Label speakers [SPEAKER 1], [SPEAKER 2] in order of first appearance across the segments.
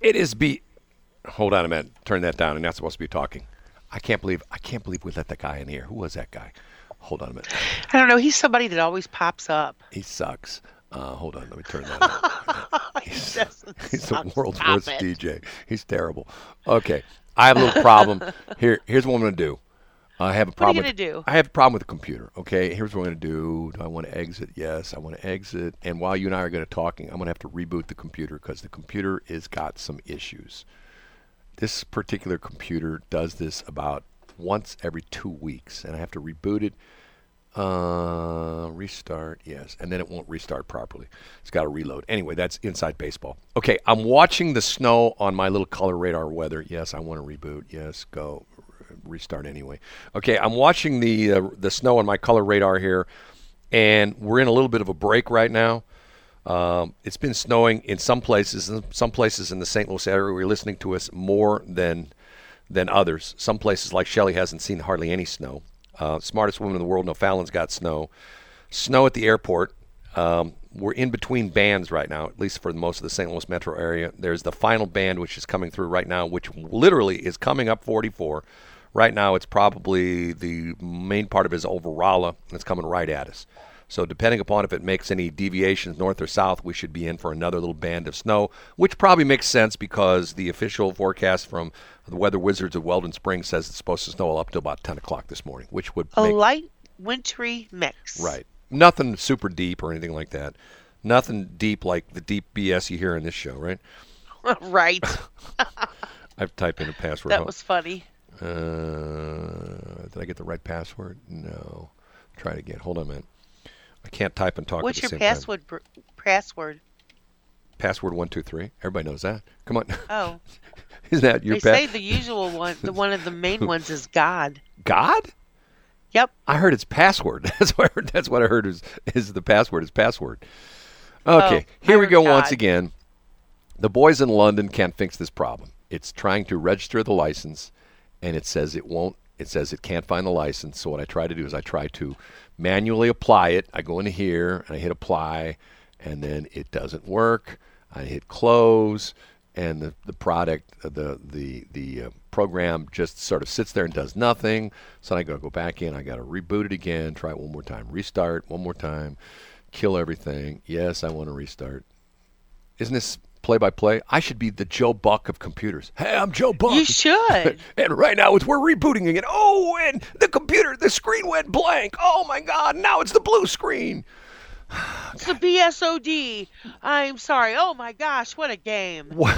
[SPEAKER 1] It is be. Hold on a minute. Turn that down. I'm not supposed to be talking. I can't believe I can't believe we let that guy in here. Who was that guy? Hold on a minute.
[SPEAKER 2] I don't know. He's somebody that always pops up.
[SPEAKER 1] He sucks. Uh, hold on. Let me turn that. Up.
[SPEAKER 2] he doesn't
[SPEAKER 1] He's
[SPEAKER 2] suck.
[SPEAKER 1] the world's
[SPEAKER 2] Stop
[SPEAKER 1] worst
[SPEAKER 2] it.
[SPEAKER 1] DJ. He's terrible. Okay, I have a little problem. Here, here's what I'm gonna do. I have a
[SPEAKER 2] What are
[SPEAKER 1] problem.
[SPEAKER 2] you
[SPEAKER 1] with-
[SPEAKER 2] gonna do?
[SPEAKER 1] I have a problem with the computer. Okay, here's what I'm gonna do. Do I want to exit? Yes, I want to exit. And while you and I are gonna talking, I'm gonna have to reboot the computer because the computer has got some issues. This particular computer does this about once every two weeks, and I have to reboot it. Uh, restart, yes. And then it won't restart properly. It's got to reload. Anyway, that's inside baseball. Okay, I'm watching the snow on my little color radar weather. Yes, I want to reboot. Yes, go R- restart anyway. Okay, I'm watching the uh, the snow on my color radar here, and we're in a little bit of a break right now. Um, it's been snowing in some places, in some places in the St. Louis area. We're listening to us more than than others. Some places like Shelley hasn't seen hardly any snow. Uh, smartest woman in the world, no Fallon's got snow. Snow at the airport. Um, we're in between bands right now, at least for most of the St. Louis metro area. There's the final band which is coming through right now, which literally is coming up 44. Right now, it's probably the main part of it is Overalla. It's coming right at us. So, depending upon if it makes any deviations north or south, we should be in for another little band of snow, which probably makes sense because the official forecast from the Weather Wizards of Weldon Springs says it's supposed to snow up to about 10 o'clock this morning, which would
[SPEAKER 2] A
[SPEAKER 1] make
[SPEAKER 2] light wintry mix.
[SPEAKER 1] Right. Nothing super deep or anything like that. Nothing deep like the deep BS you hear in this show, right?
[SPEAKER 2] right.
[SPEAKER 1] I've typed in a password.
[SPEAKER 2] That was funny.
[SPEAKER 1] uh, did I get the right password? No. Try it again. Hold on a minute. I can't type and talk
[SPEAKER 2] What's
[SPEAKER 1] at the same
[SPEAKER 2] your
[SPEAKER 1] time.
[SPEAKER 2] password? Br- password.
[SPEAKER 1] Password one two three. Everybody knows that. Come on.
[SPEAKER 2] Oh,
[SPEAKER 1] Isn't that your
[SPEAKER 2] they say
[SPEAKER 1] password?
[SPEAKER 2] the usual one. The one of the main ones is God.
[SPEAKER 1] God?
[SPEAKER 2] Yep.
[SPEAKER 1] I heard it's password. That's what I heard, that's what I heard is is the password is password. Okay,
[SPEAKER 2] Oh,
[SPEAKER 1] here we
[SPEAKER 2] dear
[SPEAKER 1] go once
[SPEAKER 2] God.
[SPEAKER 1] again. The boys in London can't fix this problem. It's trying to register the license, and it says it won't. It says it can't find the license. So what I try to do is I try to manually apply it. I go into here and I hit apply, and then it doesn't work. I hit close, and the, the product, uh, the the the uh, program just sort of sits there and does nothing. So I got to go back in. I got to reboot it again. Try it one more time. Restart one more time. Kill everything. Yes, I want to restart. Isn't this play by play? I should be the Joe Buck of computers. Hey, I'm Joe Buck.
[SPEAKER 2] You should.
[SPEAKER 1] And right now it's we're rebooting again. Oh, and the computer, the screen went blank. Oh my God! Now it's the blue screen.
[SPEAKER 2] It's the BSOD. I'm sorry. Oh my gosh, what a game.
[SPEAKER 1] What?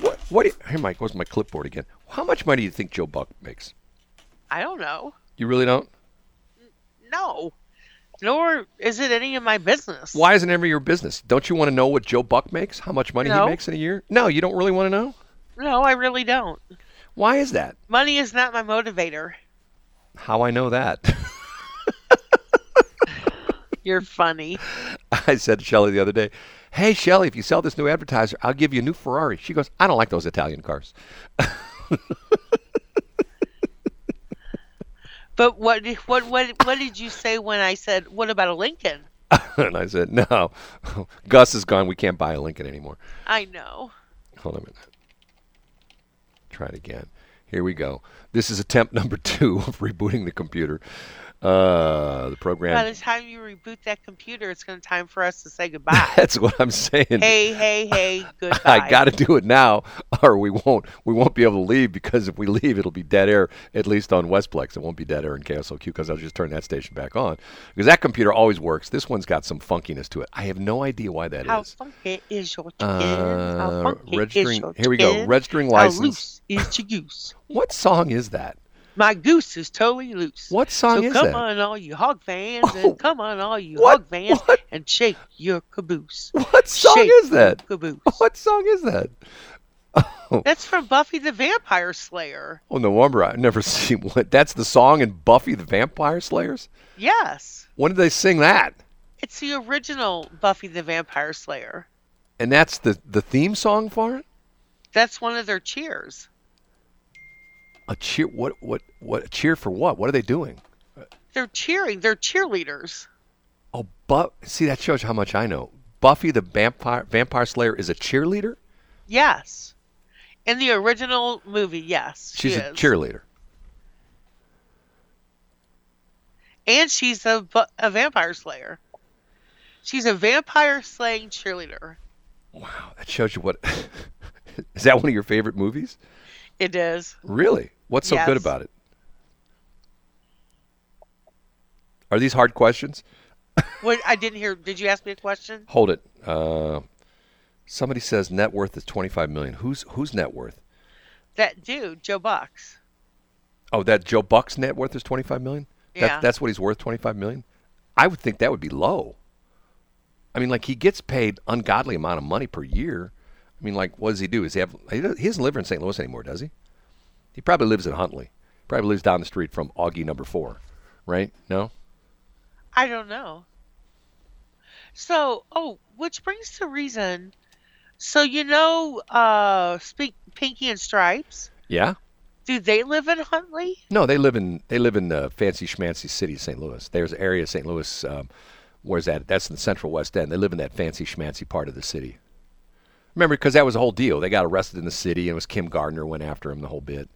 [SPEAKER 1] What? what do you- here, Mike. Where's my clipboard again? How much money do you think Joe Buck makes?
[SPEAKER 2] I don't know.
[SPEAKER 1] You really don't?
[SPEAKER 2] No. Nor is it any of my business.
[SPEAKER 1] Why isn't it ever your business? Don't you want to know what Joe Buck makes? How much money
[SPEAKER 2] No.
[SPEAKER 1] he makes in a year? No, you don't really want to know.
[SPEAKER 2] No, I really don't.
[SPEAKER 1] Why is that?
[SPEAKER 2] Money is not my motivator.
[SPEAKER 1] How I know that?
[SPEAKER 2] You're funny.
[SPEAKER 1] I said to Shelly the other day, "Hey Shelly, if you sell this new advertiser, I'll give you a new Ferrari." She goes, "I don't like those Italian cars."
[SPEAKER 2] But what what what what did you say when I said what about a Lincoln?
[SPEAKER 1] and I said, "No, Gus is gone. We can't buy a Lincoln anymore."
[SPEAKER 2] I know.
[SPEAKER 1] Hold on a minute. Try it again. Here we go. This is attempt number two of rebooting the computer. Uh, the
[SPEAKER 2] By
[SPEAKER 1] program.
[SPEAKER 2] the time you reboot that computer, it's going to time for us to say goodbye.
[SPEAKER 1] That's what I'm saying.
[SPEAKER 2] hey, hey, hey, goodbye.
[SPEAKER 1] I got to do it now, or we won't. We won't be able to leave because if we leave, it'll be dead air. At least on Westplex, it won't be dead air in KSLQ because I'll just turn that station back on. Because that computer always works. This one's got some funkiness to it. I have no idea why that is.
[SPEAKER 2] How funky is your chicken?
[SPEAKER 1] Uh,
[SPEAKER 2] How funky
[SPEAKER 1] registering-
[SPEAKER 2] is your
[SPEAKER 1] here we go.
[SPEAKER 2] chicken?
[SPEAKER 1] Registering
[SPEAKER 2] How
[SPEAKER 1] license.
[SPEAKER 2] loose is your goose?
[SPEAKER 1] What song is that?
[SPEAKER 2] My goose is totally loose.
[SPEAKER 1] What song
[SPEAKER 2] so
[SPEAKER 1] is
[SPEAKER 2] come
[SPEAKER 1] that?
[SPEAKER 2] on, all you hog fans,
[SPEAKER 1] Oh,
[SPEAKER 2] and come on, all you
[SPEAKER 1] what-
[SPEAKER 2] hog fans,
[SPEAKER 1] what?
[SPEAKER 2] and shake your caboose.
[SPEAKER 1] What song
[SPEAKER 2] Shake
[SPEAKER 1] is that?
[SPEAKER 2] your Caboose.
[SPEAKER 1] What song is that?
[SPEAKER 2] That's from Buffy the Vampire Slayer.
[SPEAKER 1] Oh, no wonder I've never seen what. That's the song in Buffy the Vampire Slayers.
[SPEAKER 2] Yes,
[SPEAKER 1] When did they sing that?
[SPEAKER 2] it's the original Buffy the Vampire Slayer.
[SPEAKER 1] And that's the the theme song for it.
[SPEAKER 2] That's one of their cheers.
[SPEAKER 1] A cheer? What? What? What? A cheer for what? What are they doing?
[SPEAKER 2] They're cheering. They're cheerleaders.
[SPEAKER 1] Oh, but see that shows how much I know. Buffy the Vampire Vampire Slayer is a cheerleader.
[SPEAKER 2] Yes. In the original movie, yes.
[SPEAKER 1] She's
[SPEAKER 2] she
[SPEAKER 1] a
[SPEAKER 2] is.
[SPEAKER 1] cheerleader.
[SPEAKER 2] and she's a, bu- a vampire slayer. She's a vampire slaying cheerleader.
[SPEAKER 1] Wow, that shows you what. is that one of your favorite movies?
[SPEAKER 2] It is.
[SPEAKER 1] Really? What's so good
[SPEAKER 2] Yes.
[SPEAKER 1] about it? Are these hard questions?
[SPEAKER 2] What I didn't hear. Did you ask me a question?
[SPEAKER 1] Hold it. Uh, somebody says net worth is twenty five million. Who's whose net worth?
[SPEAKER 2] That dude, Joe Bucks.
[SPEAKER 1] Oh, that Joe Buck's net worth is twenty five million.
[SPEAKER 2] Yeah.
[SPEAKER 1] That, that's what he's worth twenty five million. I would think that would be low. I mean, like he gets paid ungodly amount of money per year. I mean, like what does he do? Is he have? He doesn't he doesn't live in St. Louis anymore, does he? He probably lives in Huntley. Probably lives down the street from Augie Number Four, right? No.
[SPEAKER 2] I don't know. So, oh, which brings to reason. So you know, uh, speak Pinky and Stripes.
[SPEAKER 1] Yeah.
[SPEAKER 2] Do they live in Huntley?
[SPEAKER 1] No, they live in they live in the fancy schmancy city of St. Louis. There's an area of St. Louis. Um, where's that? That's in the central West End. They live in that fancy schmancy part of the city. Remember, because that was the whole deal. They got arrested in the city, and it was Kim Gardner went after him the whole bit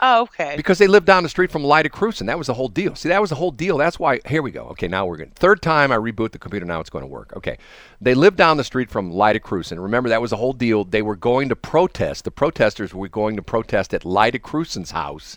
[SPEAKER 2] Oh, okay.
[SPEAKER 1] because they lived down the street from Lyda Cruz, and that was the whole deal. See, that was the whole deal. That's why. Here we go. Okay, now we're going. to Third time I reboot the computer. Now it's going to work. Okay, they lived down the street from Lyda Cruz, and remember that was the whole deal. They were going to protest. The protesters were going to protest at Lyda Cruz's house,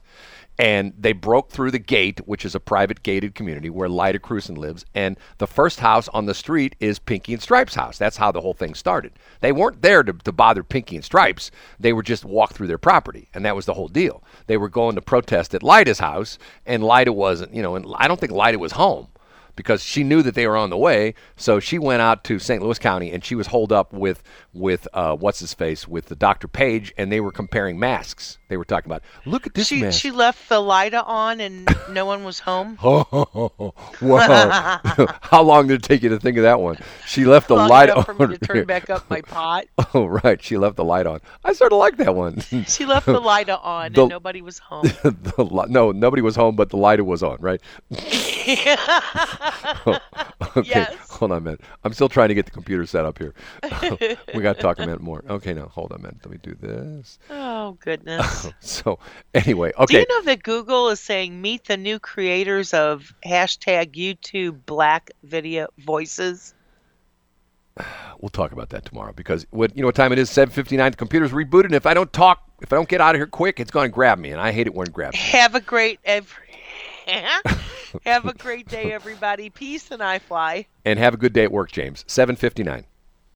[SPEAKER 1] and they broke through the gate, which is a private gated community where Lyda Cruz lives. And the first house on the street is Pinky and Stripes' house. That's how the whole thing started. They weren't there to, to bother Pinky and Stripes. They were just walk through their property, and that was the whole deal. They were going to protest at Lyda's house, and Lyda wasn't. You know, and I don't think Lyda was home because she knew that they were on the way. So she went out to St. Louis County, and she was holed up with with uh, what's his face with the Dr. Page, and they were comparing masks. They were talking about look at this
[SPEAKER 3] She
[SPEAKER 1] mask.
[SPEAKER 3] she left the light on and no one was home.
[SPEAKER 1] Oh, wow. How long did it take you to think of that one? She left the
[SPEAKER 2] Long
[SPEAKER 1] light
[SPEAKER 2] enough for
[SPEAKER 1] on.
[SPEAKER 2] me to turn back up my pot.
[SPEAKER 1] Oh, right. She left the light on. I sort of like that one.
[SPEAKER 2] She left the light on
[SPEAKER 1] The-
[SPEAKER 2] and nobody was home.
[SPEAKER 1] the li- no, nobody was home, but the light was on, right? Oh, okay.
[SPEAKER 2] Yes.
[SPEAKER 1] Hold on a minute. I'm still trying to get the computer set up here. we got to talk a minute more. Okay, now, hold on a minute. Let me do this.
[SPEAKER 2] oh goodness.
[SPEAKER 1] So, anyway, okay.
[SPEAKER 2] Do you know that Google is saying meet the new creators of hashtag YouTube Black Video Voices?
[SPEAKER 1] we'll talk about that tomorrow because what you know what time it is 7:59 the computer's rebooted and if I don't talk if I don't get out of here quick it's going to grab me and I hate it when it grabs me.
[SPEAKER 2] Have a great every. Have a great day, everybody. Peace and I fly.
[SPEAKER 1] And have a good day at work James. 7:59